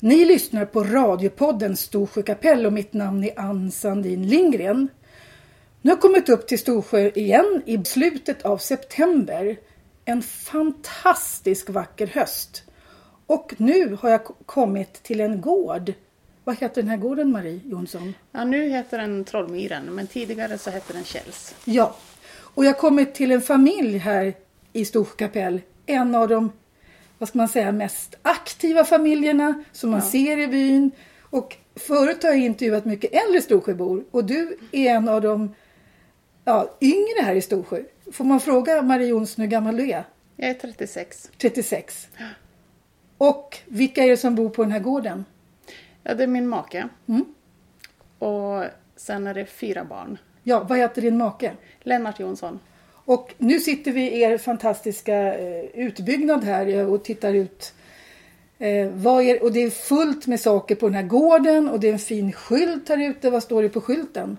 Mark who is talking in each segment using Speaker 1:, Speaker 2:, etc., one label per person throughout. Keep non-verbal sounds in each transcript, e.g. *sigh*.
Speaker 1: Ni lyssnar på radiopodden Storsjö kapell och mitt namn är Ann Sandin Lindgren. Nu har jag kommit upp till Storsjö igen i slutet av september. En fantastisk vacker höst. Och nu har jag k- kommit till en gård. Vad heter den här gården Marie Jonsson?
Speaker 2: Ja, nu heter den Trollmyren, men tidigare så hette den Källs.
Speaker 1: Ja, och jag har kommit till en familj här i Storkapell. En av de, vad ska man säga, mest aktiva familjerna som man ser i byn. Och förut har jag intervjuat mycket äldre Storsjöbor och du är en av de ja, yngre här i Storsjö. Får man fråga Marie Jonsson hur gammal du är?
Speaker 2: Jag är 36.
Speaker 1: 36. Och vilka är det som bor på den här gården?
Speaker 2: Ja, det är min make.
Speaker 1: Mm.
Speaker 2: Och sen är det fyra barn.
Speaker 1: Ja, vad heter din make?
Speaker 2: Lennart Jonsson.
Speaker 1: Och nu sitter vi i er fantastiska eh, utbyggnad här eh, och tittar ut. Eh, vad är, och det är fullt med saker på den här gården och det är en fin skylt här ute. Vad står det på skylten?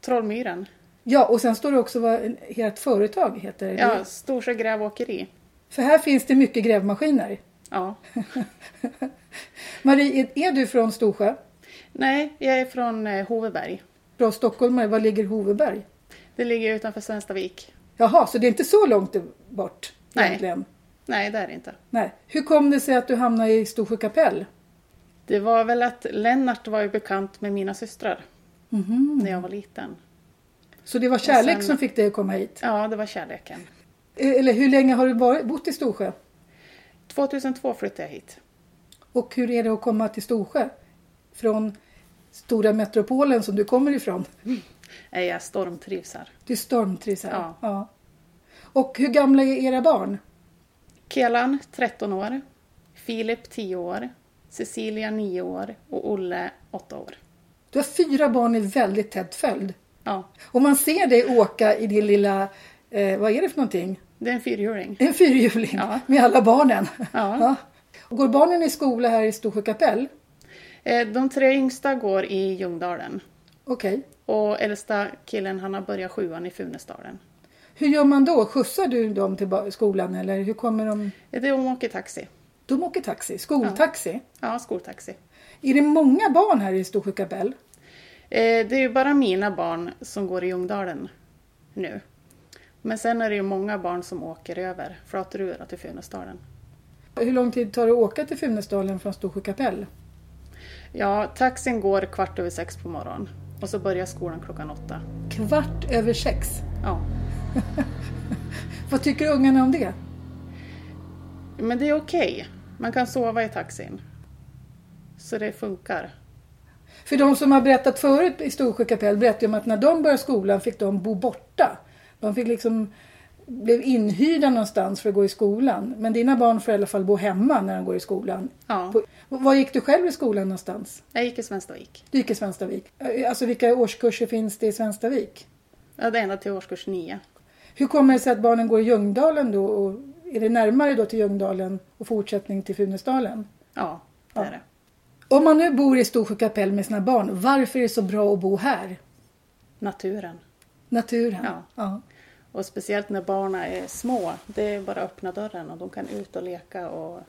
Speaker 2: Trollmyren.
Speaker 1: Ja, och sen står det också vad en- ert företag heter.
Speaker 2: Ja, Storsjö grävåkeri.
Speaker 1: För här finns det mycket grävmaskiner. *laughs*
Speaker 2: Ja.
Speaker 1: Marie, är, är du från Storsjö?
Speaker 2: Nej, jag är från eh, Hoveberg.
Speaker 1: Från Stockholm? Var ligger Hoveberg?
Speaker 2: Det ligger utanför Svenstavik.
Speaker 1: Jaha, så det är inte så långt bort
Speaker 2: Nej.
Speaker 1: egentligen?
Speaker 2: Nej, det är det inte.
Speaker 1: Nej. Hur kom det sig att du hamnade i Storsjö kapell?
Speaker 2: Det var väl att Lennart var ju bekant med mina systrar
Speaker 1: Mhm.
Speaker 2: när jag var liten.
Speaker 1: Så det var kärlek
Speaker 2: sen-
Speaker 1: som fick dig att komma hit?
Speaker 2: Ja, det var kärleken.
Speaker 1: Eh, Eller hur länge har du varit, bott i Storsjö?
Speaker 2: 2002 flyttade jag hit.
Speaker 1: Och hur är det att komma till Storsjö? Från stora metropolen som du kommer ifrån.
Speaker 2: Nej, Jag stormtrivs här.
Speaker 1: Du stormtrivs här.
Speaker 2: Ja.
Speaker 1: Och hur gamla är era barn?
Speaker 2: Kelan 13 år, Filip 10 år, Cecilia 9 år och Olle 8 år.
Speaker 1: Du har fyra barn i väldigt tät följd.
Speaker 2: Ja,
Speaker 1: Och man ser dig åka i din lilla, eh, vad är det för någonting?
Speaker 2: det är en fyrhjuling.
Speaker 1: En fyrhjuling
Speaker 2: Ja.
Speaker 1: med alla barnen. *laughs*
Speaker 2: Ja.
Speaker 1: Och Går barnen i skola här i Storsjö kapell?
Speaker 2: Eh, De tre yngsta går i Ljungdalen
Speaker 1: Okej.
Speaker 2: och äldsta killen han har börjat sjuan i Funäsdalen.
Speaker 1: Hur gör man då? Skjutsar du dem till ba- skolan eller hur kommer de?
Speaker 2: Eh, De åker taxi.
Speaker 1: De åker taxi, skoltaxi.
Speaker 2: Ja, skoltaxi.
Speaker 1: Är det många barn här i Storsjö kapell?
Speaker 2: Eh, Det är ju bara mina barn som går i Ljungdalen nu. Men sen är det ju många barn som åker över Flaterura till Funäsdalen.
Speaker 1: Hur lång tid tar det att åka till Funäsdalen från Storsjö kapell?
Speaker 2: Ja, taxin går kvart över sex på morgonen och så börjar skolan klockan åtta.
Speaker 1: Kvart över sex.
Speaker 2: Ja.
Speaker 1: Vad tycker ungarna om det?
Speaker 2: Men det är okej. Man kan sova i taxin. Så det funkar.
Speaker 1: För de som har berättat förut i Storsjö kapell berättade ju om att när de började skolan fick de bo borta. De fick liksom blev inhyrda någonstans för att gå i skolan. Men dina barn får i alla fall bo hemma när de går i skolan.
Speaker 2: Ja.
Speaker 1: På, var gick du själv i skolan någonstans?
Speaker 2: Jag gick i Svenstavik.
Speaker 1: Du gick i Svenstavik. Alltså vilka årskurser finns det i Svenstavik?
Speaker 2: Jag hade ända till årskurs nio.
Speaker 1: Hur kommer det sig att barnen går i Ljungdalen då? Och är det närmare då till Ljungdalen och fortsättning till Funäsdalen?
Speaker 2: Ja, det är det.
Speaker 1: Om man nu bor i Storsjö kapell med sina barn, varför är det så bra att bo här?
Speaker 2: Naturen.
Speaker 1: Naturen?
Speaker 2: Ja.
Speaker 1: ja.
Speaker 2: Och speciellt när barnen är små. Det är bara att öppna dörren och de kan ut och leka och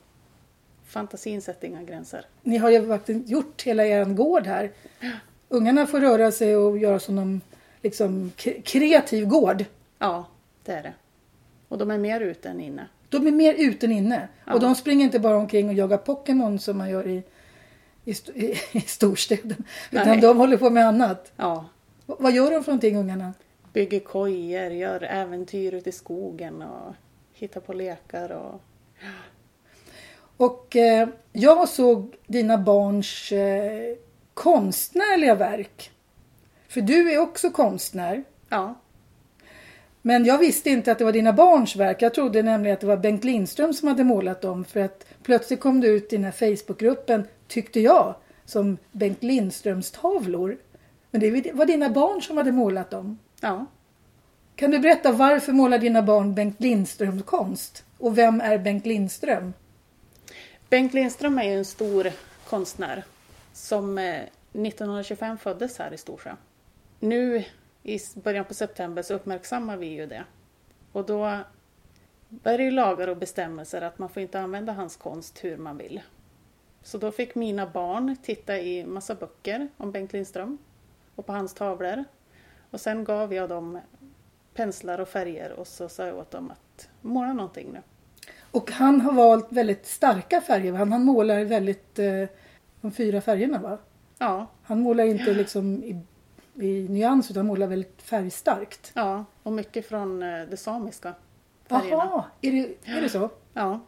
Speaker 2: fantasin sätter inga gränser.
Speaker 1: Ni har ju faktiskt gjort hela er gård här. Ungarna får röra sig och göra som de, liksom k- kreativ gård.
Speaker 2: Ja, det är det. Och de är mer ute än inne.
Speaker 1: De är mer ute än inne. Och de springer inte bara omkring och jagar Pokémon som man gör i, i, st- i, i *laughs* storstäderna. Utan
Speaker 2: Nej.
Speaker 1: de håller på med annat.
Speaker 2: Ja,
Speaker 1: V- Vad gör de för någonting ungarna?
Speaker 2: bygger kojor, gör äventyr ute i skogen och hittar på lekar och
Speaker 1: Och eh, jag såg dina barns eh, konstnärliga verk. För du är också konstnär.
Speaker 2: ja,
Speaker 1: Men jag visste inte att det var dina barns verk. Jag trodde nämligen att det var Bengt Lindström som hade målat dem. För att plötsligt kom det ut i den här Facebookgruppen, tyckte jag, som Bengt Lindströms tavlor. Men det var dina barn som hade målat dem.
Speaker 2: ja.
Speaker 1: Kan du berätta varför målar dina barn Bengt Lindströms konst? Och vem är Bengt Lindström?
Speaker 2: Bengt Lindström är ju en stor konstnär som eh, 1925 föddes här i Storsjö. Nu i s- början på september så uppmärksammar vi ju det. Och då är det ju lagar och bestämmelser att man får inte använda hans konst hur man vill. Så då fick mina barn titta i massa böcker om Bengt Lindström och på hans tavlor. Och sen gav jag dem penslar och färger och så sa jag åt dem att måla någonting nu.
Speaker 1: Och han har valt väldigt starka färger. va? Han, han målar väldigt eh, de fyra färgerna va?
Speaker 2: Ja,
Speaker 1: Han målar inte liksom i, i nyans utan målar väldigt färgstarkt.
Speaker 2: ja, och mycket från eh, det samiska. Färgerna.
Speaker 1: Jaha, är det, är det så?
Speaker 2: Ja,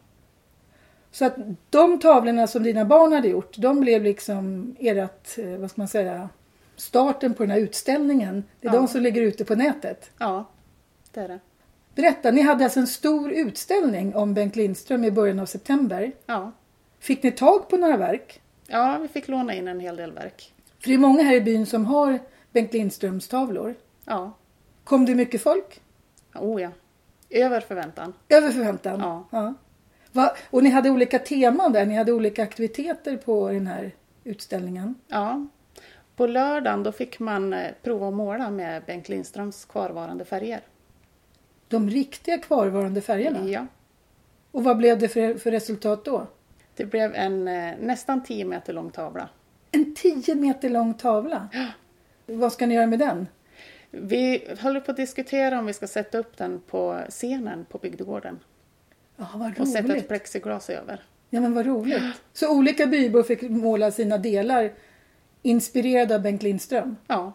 Speaker 1: Så att de tavlorna som dina barn hade gjort, de blev liksom ert, eh, vad ska man säga, starten på den här utställningen. Det är
Speaker 2: Ja.
Speaker 1: de som ligger ute på nätet.
Speaker 2: ja, det är det.
Speaker 1: Berätta, ni hade alltså en stor utställning om Bengt Lindström i början av september.
Speaker 2: Ja.
Speaker 1: Fick ni tag på några verk?
Speaker 2: ja, vi fick låna in en hel del verk.
Speaker 1: För det är många här i byn som har Bengt Lindströms tavlor.
Speaker 2: Ja,
Speaker 1: Kom det mycket folk?
Speaker 2: oh ja. Över förväntan.
Speaker 1: Över förväntan?
Speaker 2: Ja.
Speaker 1: Va? Och ni hade olika teman där, ni hade olika aktiviteter på den här utställningen.
Speaker 2: Ja. På lördagen då fick man eh, prova att måla med Bengt Lindströms kvarvarande färger.
Speaker 1: De riktiga kvarvarande färgerna.
Speaker 2: Ja.
Speaker 1: Och vad blev det för, för resultat då?
Speaker 2: Det blev en eh, nästan 10 meter lång tavla.
Speaker 1: En 10 meter lång tavla. Vad ska ni göra med den?
Speaker 2: Vi håller på att diskutera om vi ska sätta upp den på scenen på bygdegården
Speaker 1: Ja, vad
Speaker 2: och sätta ett
Speaker 1: roligt.
Speaker 2: plexiglas över.
Speaker 1: Ja, men vad roligt. Så olika bybor fick måla sina delar inspirerade av Bengt Lindström.
Speaker 2: Ja.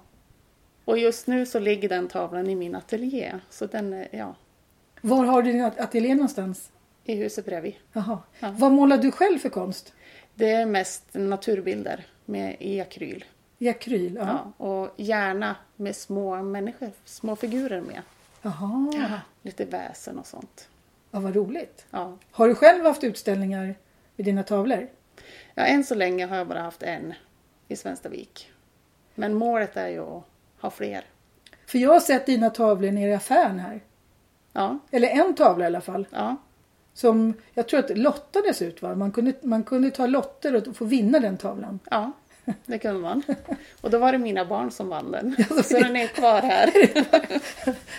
Speaker 2: Och just nu så ligger den tavlan i min ateljé, så den är ja,
Speaker 1: Var har du din at- ateljé någonstans?
Speaker 2: i huset bredvid.
Speaker 1: Jaha.
Speaker 2: Ja.
Speaker 1: Vad målar du själv för konst?
Speaker 2: Det är mest naturbilder med, i akryl.
Speaker 1: I akryl? Ja.
Speaker 2: Ja, och gärna med små människor, små figurer med.
Speaker 1: Jaha. Ja.
Speaker 2: Lite väsen och sånt.
Speaker 1: vad roligt.
Speaker 2: Ja.
Speaker 1: Har du själv haft utställningar vid dina tavlor?
Speaker 2: ja, än så länge har jag bara haft en i Svenstavik. Men målet är ju att ha fler.
Speaker 1: För jag har sett dina tavlor nere i affären här.
Speaker 2: Ja,
Speaker 1: Eller en tavla i alla fall.
Speaker 2: ja,
Speaker 1: Som jag tror att det lottades ut va? Man kunde, man kunde ta lotter och få vinna den tavlan.
Speaker 2: ja. Det kunde man. Och då var det mina barn som vann den. Så den är kvar här.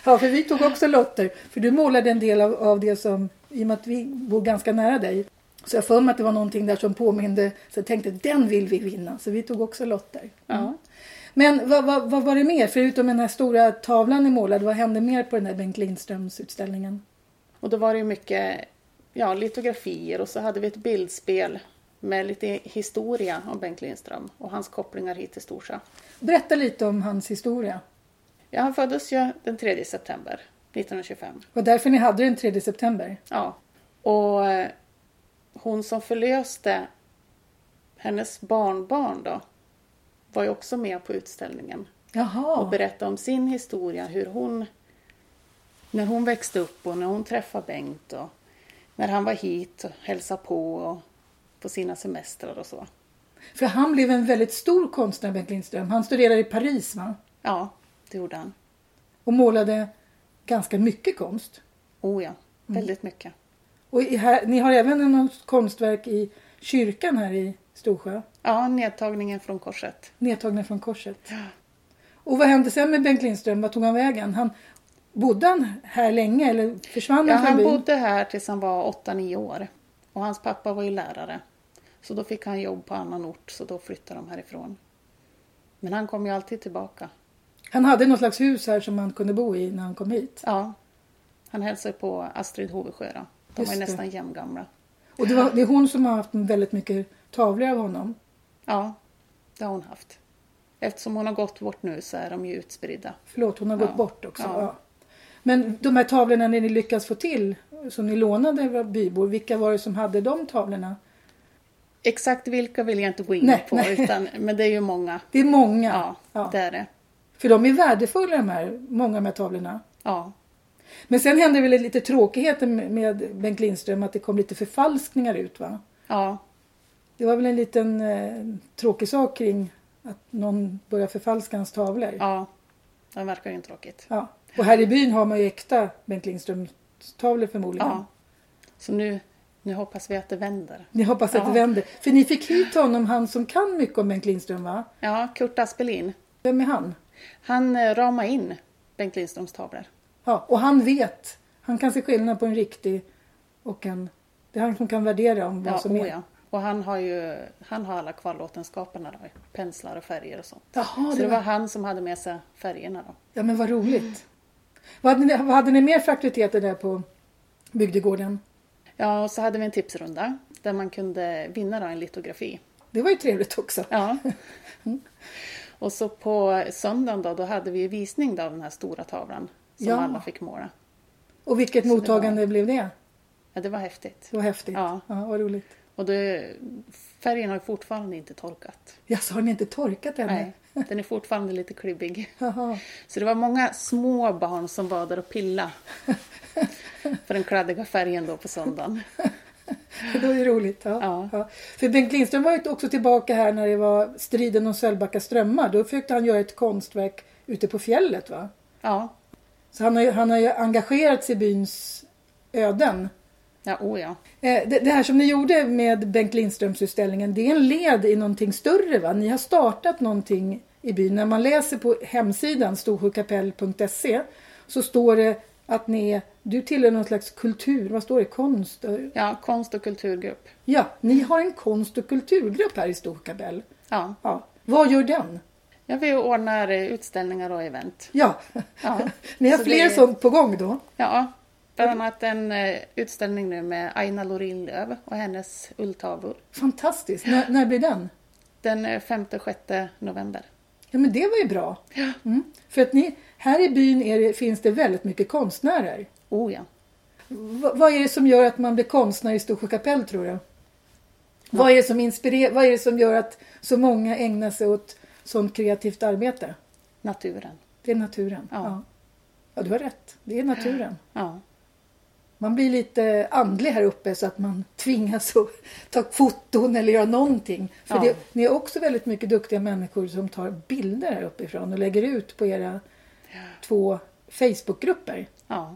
Speaker 1: Ja, för vi tog också lotter. För du målade en del av, av det som, i och med att vi bor ganska nära dig. Så jag för mig att det var någonting där som påminde. Så jag tänkte, den vill vi vinna. Så vi tog också lotter.
Speaker 2: Ja.
Speaker 1: Men vad, vad, vad var det mer? Förutom den här stora tavlan ni målade, vad hände mer på den här Bengt Lindströms utställningen?
Speaker 2: Och då var det ju mycket ja, litografier och så hade vi ett bildspel med lite historia om Bengt Lindström och hans kopplingar hit till Storsa.
Speaker 1: Berätta lite om hans historia.
Speaker 2: Ja, han föddes ju den 3 september 1925.
Speaker 1: Det var därför ni hade den 3 september.
Speaker 2: Ja. Och eh, hon som förlöste hennes barnbarn då var ju också med på utställningen och
Speaker 1: Jaha.
Speaker 2: berättade om sin historia, hur hon när hon växte upp och när hon träffade Bengt och när han var hit och hälsade på och på sina semestrar och så.
Speaker 1: För han blev en väldigt stor konstnär, Bengt Lindström. Han studerade i Paris va?
Speaker 2: Ja, det gjorde han.
Speaker 1: och målade ganska mycket konst.
Speaker 2: Oh ja, väldigt mycket.
Speaker 1: Och i här, ni har även något konstverk i kyrkan här i Storsjö,
Speaker 2: Ja, nedtagningen från korset.
Speaker 1: nedtagna från korset. Och vad hände sen med Bengt Lindström? Vad tog han vägen? Han, bodde han här länge eller försvann
Speaker 2: Ja,
Speaker 1: han från
Speaker 2: han
Speaker 1: byn?
Speaker 2: bodde här tills han var 8-9 år. Och hans pappa var ju lärare. Så då fick han jobb på annan ort, så då flyttade de härifrån. Men han kom ju alltid tillbaka.
Speaker 1: Han hade något slags hus här som han kunde bo i när han kom hit.
Speaker 2: Ja, han hälsade på Astrid Hovesjö då. De var
Speaker 1: Just
Speaker 2: ju
Speaker 1: det.
Speaker 2: nästan jämngamla.
Speaker 1: Och det, var, det är hon som har haft väldigt mycket tavlor av honom.
Speaker 2: Ja, det har hon haft. Eftersom hon har gått bort nu så är de ju utspridda.
Speaker 1: Förlåt, hon har gått
Speaker 2: Ja.
Speaker 1: bort också. Ja.
Speaker 2: Ja.
Speaker 1: Men de här tavlorna ni lyckas få till, som ni lånade av bybor, vilka var det som hade de tavlorna?
Speaker 2: Exakt vilka vill jag inte gå in
Speaker 1: Nej,
Speaker 2: på,
Speaker 1: nej.
Speaker 2: Utan, men det är ju många.
Speaker 1: Det är många.
Speaker 2: Ja,
Speaker 1: Ja.
Speaker 2: det är det.
Speaker 1: För de är värdefulla de här, många av de här tavlorna.
Speaker 2: Ja,
Speaker 1: Men sen hände väl lite tråkigheter med- med Bengt Lindström att det kom lite förfalskningar ut va?
Speaker 2: ja,
Speaker 1: Det var väl en liten eh, tråkig sak kring att någon började förfalska hans tavlor.
Speaker 2: ja. Det verkar ju inte tråkigt.
Speaker 1: Ja. Och här i byn har man ju äkta Bengt Lindströms tavlor
Speaker 2: Ja.
Speaker 1: förmodligen.
Speaker 2: Så nu, nu hoppas vi att det vänder.
Speaker 1: Ni hoppas att
Speaker 2: Ja.
Speaker 1: det vänder. För ni fick hit honom, han som kan mycket om Bengt Lindström va?
Speaker 2: Ja, Kurt Aspelin.
Speaker 1: Vem är han?
Speaker 2: Han eh, ramar in Bengt Lindströms tavlor.
Speaker 1: Ja, och han vet. Han kan se skillnad på en riktig och en... Det är han som kan värdera om vad
Speaker 2: Ja,
Speaker 1: som är.
Speaker 2: oh ja. Och han har ju han har alla kvarlåtenskaperna då, penslar och färger och sånt.
Speaker 1: Jaha,
Speaker 2: Så
Speaker 1: det var...
Speaker 2: han som hade med sig färgerna då.
Speaker 1: Ja, men vad roligt. Vad hade ni, vad hade ni mer för aktiviteter där på bygdegården?
Speaker 2: Ja, och så hade vi en tipsrunda där man kunde vinna då en litografi.
Speaker 1: Det var ju trevligt också.
Speaker 2: Ja.
Speaker 1: *laughs* Mm.
Speaker 2: Och så på söndagen då, då hade vi visning då av den här stora tavlan som
Speaker 1: Ja.
Speaker 2: alla fick måla.
Speaker 1: Och vilket mottagande blev det?
Speaker 2: Ja, det var häftigt.
Speaker 1: Det var häftigt.
Speaker 2: Ja.
Speaker 1: ja vad roligt.
Speaker 2: Och det, färgen har ju fortfarande inte torkat.
Speaker 1: Jaså, har ni inte torkat ännu?
Speaker 2: Nej, den är fortfarande lite klibbig.
Speaker 1: Jaha.
Speaker 2: Så det var många små barn som var där och pilla för den kladdiga färgen då på söndagen.
Speaker 1: Det var ju roligt. Ja.
Speaker 2: Ja.
Speaker 1: Ja. För Bengt Lindström var ju också tillbaka här när det var striden om Sölvbacka strömmar. Då försökte han göra ett konstverk ute på fjället. va?
Speaker 2: Ja,
Speaker 1: Så han har, ju- han har ju engagerat sig i byns öden.
Speaker 2: ja, oh ja.
Speaker 1: Eh, Det, det här som ni gjorde med Bengt Lindströmsutställningen, det är en led i någonting större va? Ni har startat någonting i byn. När man läser på hemsidan storsjökapell.se så står det att ni, är- du tillhör någon slags kultur, vad står det, konst? eh,
Speaker 2: Ja, konst och kulturgrupp.
Speaker 1: Ja, ni har en konst och kulturgrupp här i Storkapell.
Speaker 2: Ja.
Speaker 1: Ja. Vad gör den?
Speaker 2: ja, vi ordnar eh, utställningar och event.
Speaker 1: Ja,
Speaker 2: Ja.
Speaker 1: *laughs* ni har
Speaker 2: Så
Speaker 1: fler
Speaker 2: det-
Speaker 1: sånt på gång då?
Speaker 2: Ja, bland annat en eh, utställning nu med Aina Lorinlöv och hennes ulltavlor.
Speaker 1: Fantastiskt. När, när blir den?
Speaker 2: Den 5-6 november.
Speaker 1: Ja, men det var ju bra. Mm. För att ni, här i byn är det, finns det väldigt mycket konstnärer.
Speaker 2: Oh ja.
Speaker 1: V- vad är det som gör att man blir konstnär i Storsjö kapell tror du? Vad, är det som inspirer- vad är det som gör att så många ägnar sig åt sånt kreativt arbete?
Speaker 2: Naturen.
Speaker 1: Det är naturen.
Speaker 2: Ja.
Speaker 1: ja. Ja, du har rätt. Det är naturen.
Speaker 2: Ja.
Speaker 1: Man blir lite andlig här uppe så att man tvingas att *laughs* ta foton eller göra någonting. För
Speaker 2: Ja.
Speaker 1: det, ni är också väldigt mycket duktiga människor som tar bilder här uppifrån och lägger ut på era två Facebookgrupper.
Speaker 2: ja.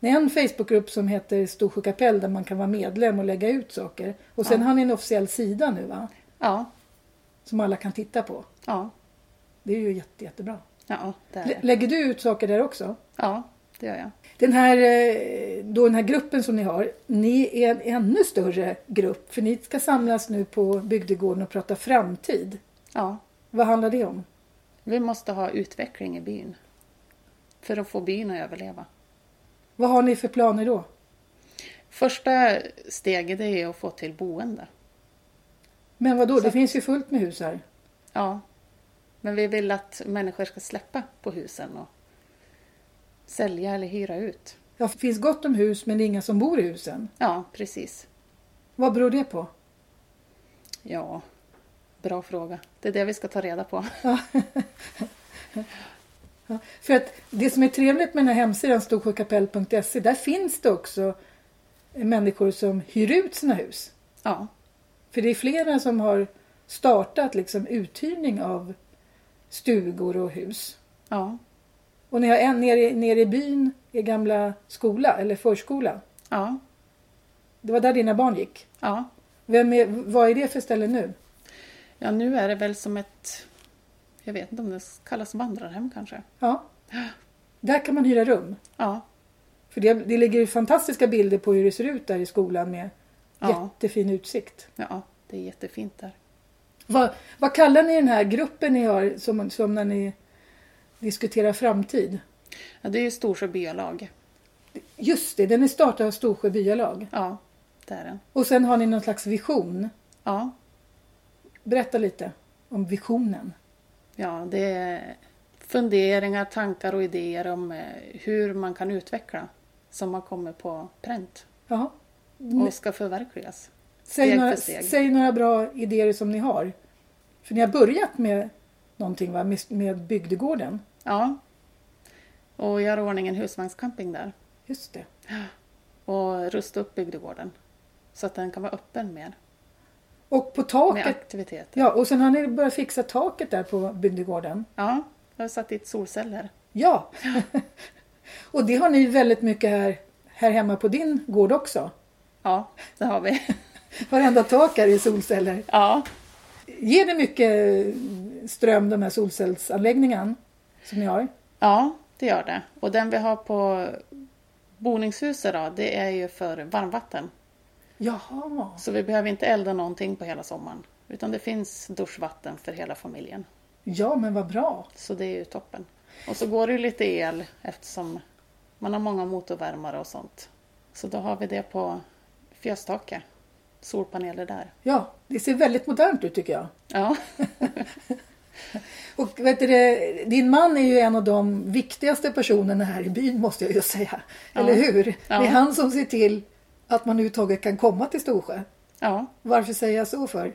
Speaker 1: Det är en Facebookgrupp som heter Storsjö kapell där man kan vara medlem och lägga ut saker. Och sen har ni en officiell sida nu va?
Speaker 2: Ja.
Speaker 1: Som alla kan titta på.
Speaker 2: Ja.
Speaker 1: Det är ju jätte, jättebra.
Speaker 2: Ja, det är
Speaker 1: Lä-
Speaker 2: det.
Speaker 1: Lägger du ut saker där också?
Speaker 2: Ja, det gör jag.
Speaker 1: Den här, eh, då den här gruppen som ni har, ni är en ännu större grupp för ni ska samlas nu på bygdegården och prata framtid.
Speaker 2: Ja.
Speaker 1: Vad handlar det om?
Speaker 2: Vi måste ha utveckling i byn. För att få byn att överleva.
Speaker 1: Vad har ni för planer då?
Speaker 2: Första steget är att få till boende.
Speaker 1: Men vad då? det finns ju fullt med hus här.
Speaker 2: Ja. Men vi vill att människor ska släppa på husen och sälja eller hyra ut.
Speaker 1: Ja, Det finns gott om hus men det är inga som bor i husen.
Speaker 2: Ja, precis.
Speaker 1: Vad beror det på?
Speaker 2: Ja, bra fråga. Det är det vi ska ta reda på. *laughs*
Speaker 1: Ja, För att det som är trevligt med den här hemsidan storsjökapell.se, där finns det också människor som hyr ut sina hus.
Speaker 2: Ja,
Speaker 1: För det är flera som har startat liksom uthyrning av stugor och hus.
Speaker 2: ja,
Speaker 1: Och ni har en nere, i- nere i byn, i gamla skola eller förskola.
Speaker 2: ja,
Speaker 1: Det var där dina barn gick.
Speaker 2: ja.
Speaker 1: Vem är, vad är det för ställe nu?
Speaker 2: Ja, nu är det väl som ett... Jag vet inte om det kallas vandrarhem kanske.
Speaker 1: Ja. Där kan man hyra rum.
Speaker 2: Ja,
Speaker 1: För det, det ligger ju fantastiska bilder på hur det ser ut där i skolan med
Speaker 2: Ja.
Speaker 1: jättefin utsikt.
Speaker 2: ja, det är jättefint där.
Speaker 1: Vad, vad kallar ni den här gruppen ni har som, som när ni diskuterar framtid?
Speaker 2: Ja, det är ju Storsjö byalag.
Speaker 1: Just det, den är startad av Storsjö byalag.
Speaker 2: Ja, det är den.
Speaker 1: Och sen har ni någon slags vision.
Speaker 2: Ja,
Speaker 1: Berätta lite om visionen.
Speaker 2: ja, det är funderingar, tankar och idéer om eh, hur man kan utveckla som har kommit på pränt
Speaker 1: Ja.
Speaker 2: och ska förverkligas.
Speaker 1: Mm. Säg,
Speaker 2: steg för
Speaker 1: några,
Speaker 2: steg.
Speaker 1: säg några bra idéer som ni har. För ni har börjat med någonting va? Med, med bygdegården.
Speaker 2: Ja, och göra i ordning en husvagnscamping där.
Speaker 1: Just det.
Speaker 2: och rusta upp bygdegården så att den kan vara öppen mer
Speaker 1: Och på
Speaker 2: med
Speaker 1: taket.
Speaker 2: aktiviteter.
Speaker 1: Ja, och sen har ni börjat fixa taket där på bygdegården.
Speaker 2: Ja, jag har satt dit solceller.
Speaker 1: Ja. *laughs* och det har ni väldigt mycket här, här hemma på din gård också.
Speaker 2: Ja, det har vi. *laughs*
Speaker 1: Varenda tak är i solceller.
Speaker 2: Ja,
Speaker 1: Ger det mycket ström de här solcellsanläggningarna som ni har?
Speaker 2: ja det gör det. Och den vi har på boningshuset då, det är ju för varmvatten.
Speaker 1: Jaha.
Speaker 2: Så vi behöver inte elda någonting på hela sommaren. Utan det finns duschvatten för hela familjen.
Speaker 1: Ja, men vad bra.
Speaker 2: Så det är ju toppen. Och så går det ju lite el eftersom man har många motorvärmare och sånt. Så då har vi det på fjöstaket. Solpaneler där.
Speaker 1: Ja, det ser väldigt modernt ut tycker jag.
Speaker 2: Ja, *laughs*
Speaker 1: Och vet du, det, din man är ju en av de viktigaste personerna här i byn måste jag ju säga.
Speaker 2: Ja.
Speaker 1: Eller hur? Det
Speaker 2: Ja.
Speaker 1: är han som ser till att man överhuvudtaget kan komma till Storsjö.
Speaker 2: ja.
Speaker 1: Varför säger jag så för?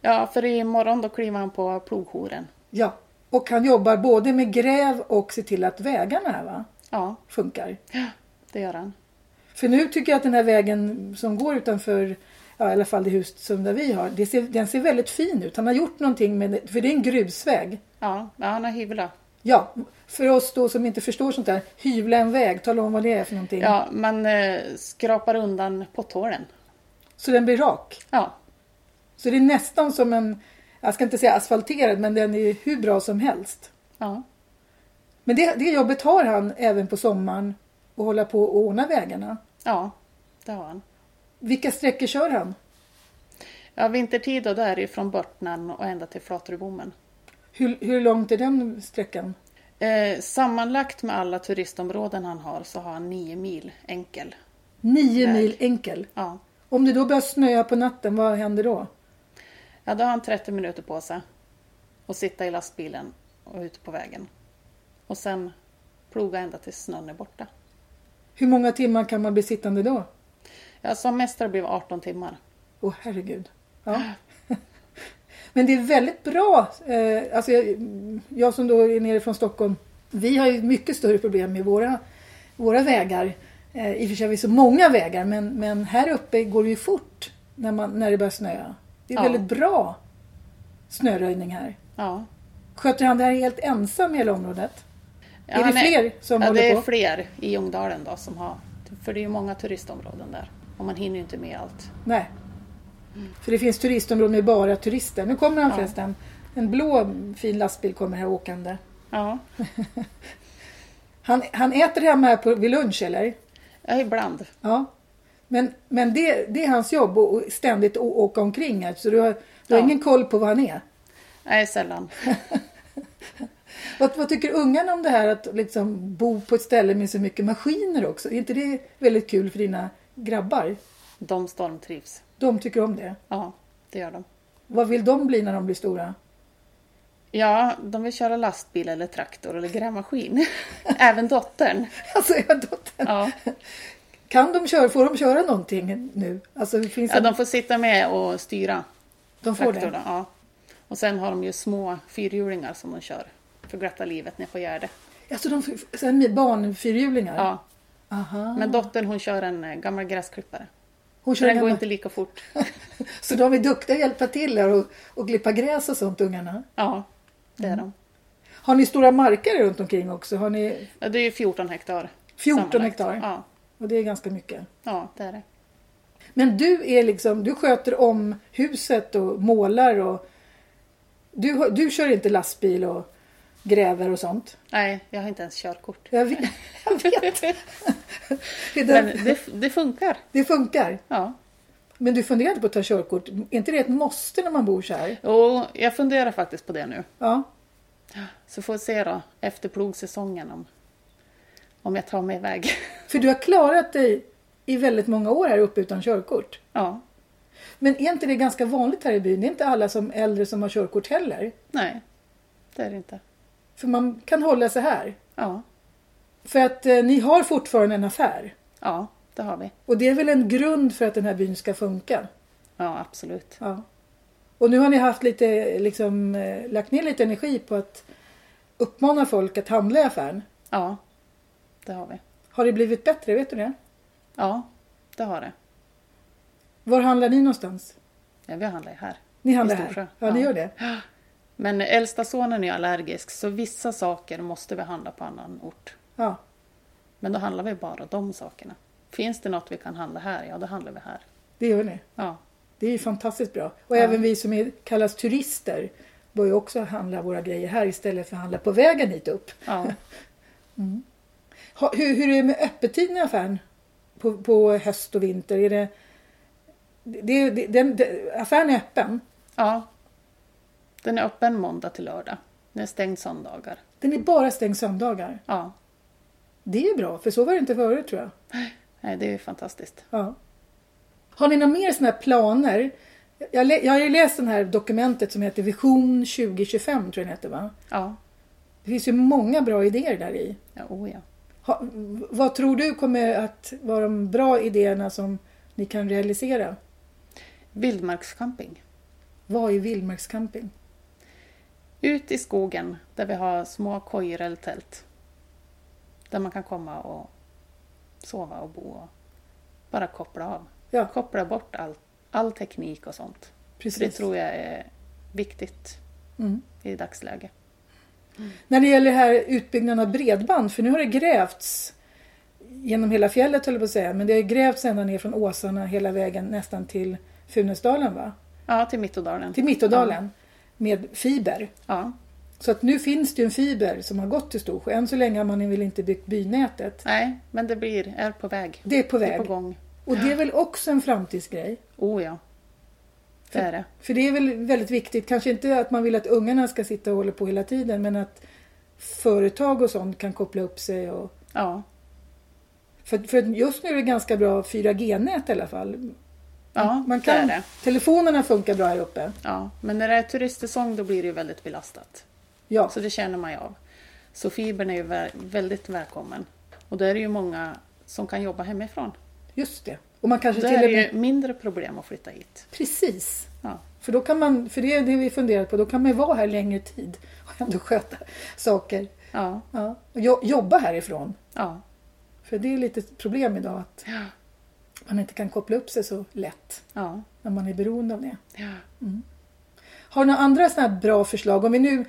Speaker 2: ja för imorgon då kliver han på plogjouren.
Speaker 1: Ja, och han jobbar både med gräv och ser till att vägarna här va,
Speaker 2: Ja,
Speaker 1: funkar.
Speaker 2: det gör han.
Speaker 1: För nu tycker jag att den här vägen som går utanför, ja, i alla fall det hus som där vi har, det ser, den ser väldigt fin ut. Han har gjort någonting med det, för det är en grusväg.
Speaker 2: Ja, ja han har hyvlat.
Speaker 1: Ja, för oss då som inte förstår sånt där, hyvla en väg, tala om vad det är för någonting.
Speaker 2: Ja, man eh, skrapar undan potthålen.
Speaker 1: Så den blir rak.
Speaker 2: Ja,
Speaker 1: Så det är nästan som en, jag ska inte säga asfalterad, men den är hur bra som helst.
Speaker 2: ja,
Speaker 1: Men det, det jobbet har han även på sommaren och hålla på och ordna vägarna.
Speaker 2: ja, det har han.
Speaker 1: Vilka sträckor kör han?
Speaker 2: Ja, vintertid då, då är det ju från Börtnan och ända till Flatrubommen.
Speaker 1: Hur, hur långt är den sträckan?
Speaker 2: Eh, sammanlagt med alla turistområden han har så har han nio mil enkel.
Speaker 1: Nio
Speaker 2: Väg.
Speaker 1: mil enkel.
Speaker 2: Ja.
Speaker 1: Om det då börjar snöa på natten, vad händer då?
Speaker 2: ja, då har han 30 minuter på sig att sitta i lastbilen och ute på vägen. Och sen ploga ända tills snön är borta.
Speaker 1: Hur många timmar kan man bli sittande då?
Speaker 2: Ja, som mest har det blivit 18 timmar.
Speaker 1: Åh herregud. Ja. *laughs* Men det är väldigt bra. Eh, alltså jag, jag som då är nere från Stockholm. Vi har ju mycket större problem med våra, våra vägar. Eh, I och för sig har vi så många vägar men, men här uppe går det ju fort när, man, när det börjar snöa. Det är
Speaker 2: Ja.
Speaker 1: väldigt bra snöröjning här.
Speaker 2: Ja.
Speaker 1: Sköter han det här helt ensam i hela området?
Speaker 2: Ja,
Speaker 1: är det
Speaker 2: han
Speaker 1: fler som
Speaker 2: ja,
Speaker 1: håller
Speaker 2: det är
Speaker 1: på?
Speaker 2: fler i Ljungdalen då som har. För det är ju många turistområden där. Och man hinner ju inte med allt.
Speaker 1: Nej. För det finns turistområden med bara turister. Nu kommer han förresten. En blå fin lastbil kommer här åkande.
Speaker 2: Ja,
Speaker 1: Han, han äter hemma här på, vid lunch eller?
Speaker 2: ja ibland.
Speaker 1: Ja. Men, men det, det är hans jobb att att ständigt å- åka omkring här. Så du har, du har
Speaker 2: Ja.
Speaker 1: ingen koll på var han är.
Speaker 2: Nej, sällan.
Speaker 1: Vad, vad tycker ungarna om det här att liksom bo på ett ställe med så mycket maskiner också? Är inte det väldigt kul för dina grabbar?
Speaker 2: De stormtrivs.
Speaker 1: De tycker om det.
Speaker 2: Ja, det gör de.
Speaker 1: Vad vill de bli när de blir stora? *laughs*
Speaker 2: Ja, de vill köra lastbil eller traktor eller grävmaskin. *laughs* Även dottern.
Speaker 1: Alltså, jag dottern.
Speaker 2: Ja.
Speaker 1: Kan de köra, får de köra någonting nu? Alltså, det finns
Speaker 2: Ja,
Speaker 1: en-
Speaker 2: de får sitta med och styra
Speaker 1: de får
Speaker 2: traktorn.
Speaker 1: det.
Speaker 2: Ja. Och sen har de ju små fyrhjulingar som de kör för glatta livet nere på Gärde.
Speaker 1: Alltså, de får, sen med barnfyrhjulingar?
Speaker 2: Ja.
Speaker 1: Aha.
Speaker 2: Men dottern hon kör en eh, gammal gräsklippare.
Speaker 1: Ah. Hon
Speaker 2: Så den går
Speaker 1: gamla-
Speaker 2: inte lika fort.
Speaker 1: *laughs* Så de är duktiga att hjälpa till här och, och klippa gräs och sånt, ungarna.
Speaker 2: Ja, det
Speaker 1: Mm.
Speaker 2: är de.
Speaker 1: Har ni stora marker runt omkring också? Har ni,
Speaker 2: Ja, det är ju 14 hektar.
Speaker 1: 14
Speaker 2: sammanlagt.
Speaker 1: hektar?
Speaker 2: Ja,
Speaker 1: och det är ganska mycket.
Speaker 2: ja, det är det.
Speaker 1: Men du är liksom, du sköter om huset och målar och du, har- du kör inte lastbil och gräver och sånt.
Speaker 2: Nej, jag har inte ens körkort.
Speaker 1: Jag vet. *laughs* Jag vet. Det, är
Speaker 2: Men
Speaker 1: där-
Speaker 2: det, det funkar.
Speaker 1: det funkar.
Speaker 2: Ja.
Speaker 1: Men du funderar inte på att ta körkort? Är inte det ett måste när man bor så här?
Speaker 2: Och jag funderar faktiskt på det nu.
Speaker 1: Ja.
Speaker 2: Så får vi se då efter plogsäsongen om, om jag tar mig iväg. *laughs*
Speaker 1: För du har klarat dig i väldigt många år här uppe utan körkort.
Speaker 2: Ja,
Speaker 1: Men är inte det ganska vanligt här i byn? Det är inte alla som äldre som har körkort heller.
Speaker 2: nej, det är det inte.
Speaker 1: För man kan hålla sig här.
Speaker 2: Ja,
Speaker 1: För att eh, ni har fortfarande en affär.
Speaker 2: ja det har vi.
Speaker 1: Och det är väl en grund för att den här byn ska funka.
Speaker 2: Ja, absolut.
Speaker 1: Ja. Och nu har ni haft lite, liksom, eh, lagt ner lite energi på att uppmana folk att handla i affären.
Speaker 2: Ja, det har vi.
Speaker 1: Har det blivit bättre? Vet du det?
Speaker 2: Ja, det har det.
Speaker 1: Var handlar ni någonstans?
Speaker 2: Ja, vi handlar ju här.
Speaker 1: Ni handlar
Speaker 2: I Storsjö.
Speaker 1: här? Ja, ni gör det.
Speaker 2: Men äldsta sonen är allergisk så vissa saker måste vi handla på annan ort.
Speaker 1: Ja.
Speaker 2: Men då handlar vi bara de sakerna. Finns det något vi kan handla här, ja då handlar vi här.
Speaker 1: Det gör ni.
Speaker 2: Ja,
Speaker 1: Det är ju fantastiskt bra. Och även vi som är, kallas turister bör ju också handla våra grejer här istället för att handla på vägen hit upp.
Speaker 2: ja.
Speaker 1: Ha, hur, hur är det med öppettiden i affären på, på höst och vinter? Är det, det, det, den, det, affären är öppen.
Speaker 2: Ja. Den är öppen måndag till lördag. Den är stängd söndagar.
Speaker 1: Den är bara stängd söndagar.
Speaker 2: Ja.
Speaker 1: Det är bra, för så var det inte förut tror jag.
Speaker 2: Nej, det är ju fantastiskt.
Speaker 1: Ja. Har ni några mer sådana här planer? Jag, lä- jag har ju läst det här dokumentet som heter Vision 2025, tror jag den heter va?
Speaker 2: Ja.
Speaker 1: Det finns ju många bra idéer där i.
Speaker 2: ja oh ja.
Speaker 1: Ha, v- vad tror du kommer att vara de bra idéerna som ni kan realisera?
Speaker 2: Vildmarkscamping.
Speaker 1: Vad är vildmarkscamping?
Speaker 2: Ut i skogen där vi har små kojor eller tält. Där man kan komma och sova och bo och bara koppla av.
Speaker 1: Ja,
Speaker 2: Koppla bort all, all teknik och sånt. För det
Speaker 1: precis.
Speaker 2: tror jag är viktigt
Speaker 1: Mm.
Speaker 2: i dagsläget.
Speaker 1: När det gäller det här utbyggnaden av bredband, för nu har det grävts genom hela fjället höll jag på att säga, men det har grävts ända ner från åsarna hela vägen nästan till Funäsdalen va?
Speaker 2: Ja, till Mittådalen.
Speaker 1: Till Mittådalen med fiber.
Speaker 2: Ja.
Speaker 1: Så att nu finns det ju en fiber som har gått till Storsjö. Än så länge har man väl inte byggt bynätet.
Speaker 2: Nej, men det blir, är på väg.
Speaker 1: Det är på
Speaker 2: Det är
Speaker 1: väg.
Speaker 2: på gång.
Speaker 1: Och det är väl också en framtidsgrej.
Speaker 2: Oh ja. Det är det.
Speaker 1: För det är väl väldigt viktigt, kanske inte att man vill att ungarna ska sitta och hålla på hela tiden, men att företag och sånt kan koppla upp sig. Och...
Speaker 2: Ja.
Speaker 1: För, för just nu är det ganska bra 4G-nät i alla fall.
Speaker 2: Ja,
Speaker 1: Man
Speaker 2: det är
Speaker 1: kan,
Speaker 2: det.
Speaker 1: telefonerna funkar bra här uppe.
Speaker 2: Ja, men när det är turistsäsong då blir det ju väldigt belastat.
Speaker 1: Ja,
Speaker 2: Så det känner man ju av. Så fibern är ju vä- väldigt välkommen. Och då är det ju många som kan jobba hemifrån.
Speaker 1: just det. Och man kanske
Speaker 2: Då
Speaker 1: till och
Speaker 2: är det
Speaker 1: med...
Speaker 2: ju mindre problem att flytta hit.
Speaker 1: Precis.
Speaker 2: Ja,
Speaker 1: För, då kan man, för det är det vi funderar på, då kan man ju vara här längre tid *laughs* och ändå sköta saker.
Speaker 2: ja,
Speaker 1: Ja. Och jo- jobba härifrån.
Speaker 2: ja.
Speaker 1: För det är lite ett problem idag att man inte kan koppla upp sig så lätt
Speaker 2: ja.
Speaker 1: när man är beroende av det.
Speaker 2: ja.
Speaker 1: Har du några andra sådana här bra förslag? Om vi nu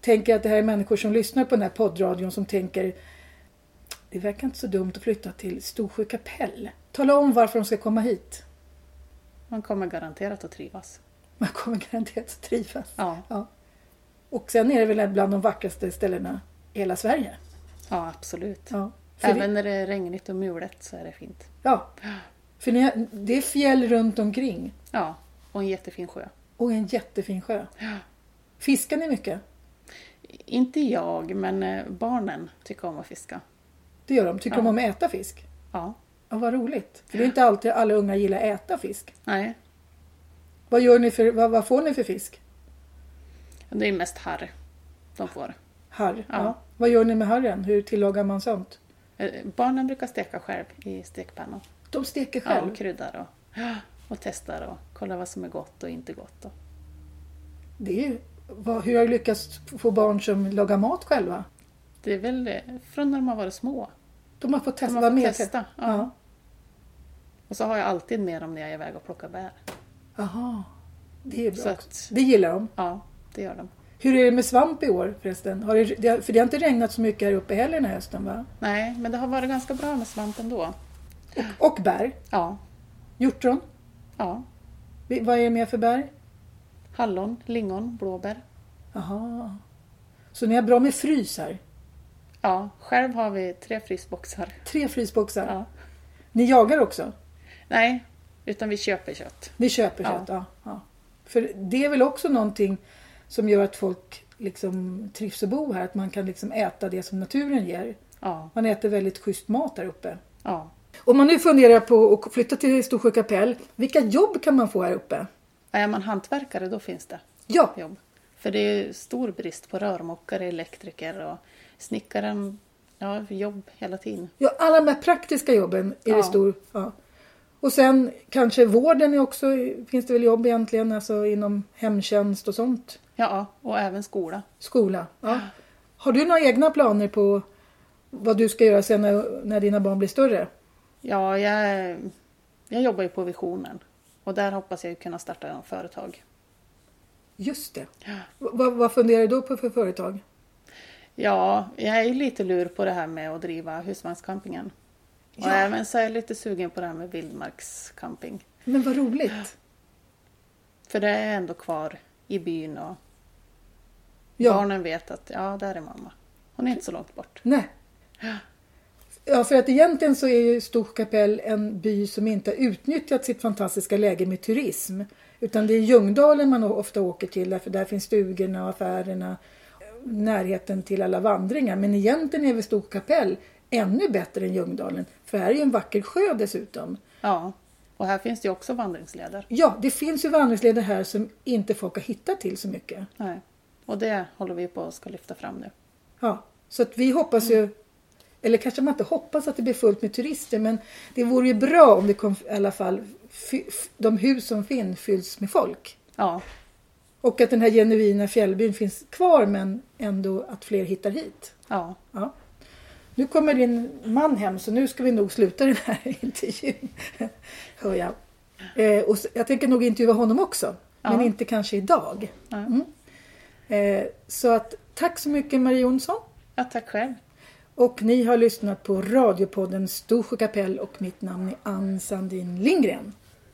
Speaker 1: tänker att det här är människor som lyssnar på den här poddradion som tänker det verkar inte så dumt att flytta till Storsjö kapell. Tala om varför de ska komma hit. *laughs*
Speaker 2: Man kommer garanterat att trivas.
Speaker 1: Man kommer garanterat att trivas.
Speaker 2: Ja,
Speaker 1: Ja. Och sen är det väl bland de vackraste ställena i hela Sverige.
Speaker 2: ja absolut.
Speaker 1: Ja. För,
Speaker 2: Även
Speaker 1: det,
Speaker 2: när det är regnigt och mulet så är det fint.
Speaker 1: ja. För ni, har- det är fjäll runt omkring
Speaker 2: Ja, och en jättefin sjö.
Speaker 1: och en jättefin sjö.
Speaker 2: Ja.
Speaker 1: Fiskar ni mycket?
Speaker 2: Inte jag, men eh, barnen tycker om att fiska.
Speaker 1: Det gör de. Tycker de om att äta fisk?
Speaker 2: Ja,
Speaker 1: Ja, vad roligt. För det är inte alltid alla unga gillar att äta fisk.
Speaker 2: nej.
Speaker 1: Vad, gör ni för, vad, vad får ni för fisk?
Speaker 2: Det är mest harr de får.
Speaker 1: Harr. Ja.
Speaker 2: Ja.
Speaker 1: Vad gör ni med harren? Hur tillagar man sånt?
Speaker 2: Eh, Barnen brukar steka själv i stekpannan.
Speaker 1: De steker
Speaker 2: Ja,
Speaker 1: själv.
Speaker 2: och kryddar och, *gasps* och testar och kollar vad som är gott och inte gott. Och.
Speaker 1: Det är, ju- vad, hur har du lyckats få barn som lagar mat själva?
Speaker 2: Det är väl eh, från när de har varit små.
Speaker 1: De har fått
Speaker 2: De
Speaker 1: testa.
Speaker 2: har
Speaker 1: vara
Speaker 2: fått
Speaker 1: med.
Speaker 2: testa. Ja.
Speaker 1: Ja.
Speaker 2: Och så har jag alltid med dem när jag är iväg och plockar bär.
Speaker 1: Aha. Det är bra.
Speaker 2: Så
Speaker 1: också.
Speaker 2: att,
Speaker 1: Det gillar de.
Speaker 2: ja, det gör de.
Speaker 1: Hur är det med svamp i år förresten? Har det, det, har- för det har inte regnat så mycket här uppe heller den här hösten va?
Speaker 2: Nej, men det har varit ganska bra med svamp ändå.
Speaker 1: Och bär.
Speaker 2: Ja,
Speaker 1: Hjortron.
Speaker 2: ja.
Speaker 1: Vi- Vad är det mer för bär?
Speaker 2: Hallon, lingon, blåbär.
Speaker 1: Aha. Så ni har bra med frys här?
Speaker 2: Ja, själv har vi tre frysboxar.
Speaker 1: Tre frysboxar.
Speaker 2: Ja.
Speaker 1: Ni jagar också?
Speaker 2: Nej, utan vi köper kött.
Speaker 1: Ni köper
Speaker 2: Ja.
Speaker 1: kött? Ja. ja. För det är väl också någonting som gör att folk liksom trivs att bo här? Att man kan liksom äta det som naturen ger?
Speaker 2: Ja,
Speaker 1: Man äter väldigt schysst mat där uppe.
Speaker 2: ja.
Speaker 1: Om man nu funderar på att flytta till Storsjö kapell, vilka jobb kan man få här uppe?
Speaker 2: Är man hantverkare då finns det
Speaker 1: Ja,
Speaker 2: jobb. För det är ju stor brist på rörmokare, elektriker och snickaren. Ja, jobb hela tiden.
Speaker 1: Ja, alla de här praktiska jobben är det
Speaker 2: Ja.
Speaker 1: stor... Ja. Och sen kanske vården är också... Finns det väl jobb egentligen, alltså inom hemtjänst och sånt?
Speaker 2: Ja, och även skola.
Speaker 1: Skola. Ja. Har du några egna planer på vad du ska göra sen när, när dina barn blir större?
Speaker 2: Ja, jag, jag jobbar ju på Visionen och där hoppas jag ju kunna starta en företag.
Speaker 1: Just det. V- vad- vad funderar du då på för företag?
Speaker 2: Ja, jag är ju lite lur på det här med att driva husvagnscampingen. Och
Speaker 1: Ja.
Speaker 2: även så är jag lite sugen på det här med vildmarkscamping.
Speaker 1: Men vad roligt.
Speaker 2: För det är ändå kvar i byn och
Speaker 1: Ja.
Speaker 2: barnen vet att ja, där är mamma. Hon är inte så långt bort.
Speaker 1: Nej. Ja, för att egentligen så är ju Storkapell en by som inte har utnyttjat sitt fantastiska läge med turism. Utan det är Ljungdalen man ofta åker till, därför där finns stugorna och affärerna. Närheten till alla vandringar. Men egentligen är väl Storkapell ännu bättre än Ljungdalen. För här är ju en vacker sjö dessutom.
Speaker 2: Ja, och här finns det ju också vandringsleder.
Speaker 1: Ja, det finns ju vandringsleder här som inte folk har hittat till så mycket.
Speaker 2: Nej. Och det håller vi på att ska lyfta fram nu.
Speaker 1: Ja, så att vi hoppas ju, eller kanske man inte hoppas att det blir fullt med turister, men det vore ju bra om det kom i alla fall, fy- f- de hus som finns fylls med folk.
Speaker 2: Ja,
Speaker 1: Och att den här genuina fjällbyn finns kvar, men ändå att fler hittar hit.
Speaker 2: ja.
Speaker 1: Ja. Nu kommer din man hem så nu ska vi nog sluta den här *laughs* intervjun. Hör jag. Eh, och så, jag tänker nog intervjua honom också. Men
Speaker 2: Ja.
Speaker 1: inte kanske idag.
Speaker 2: Nej.
Speaker 1: Mm. Eh, så att tack så mycket Marie Jonsson.
Speaker 2: ja tack själv.
Speaker 1: Och ni har lyssnat på radiopodden Storsjö kapell och mitt namn är Ann Sandin Lindgren.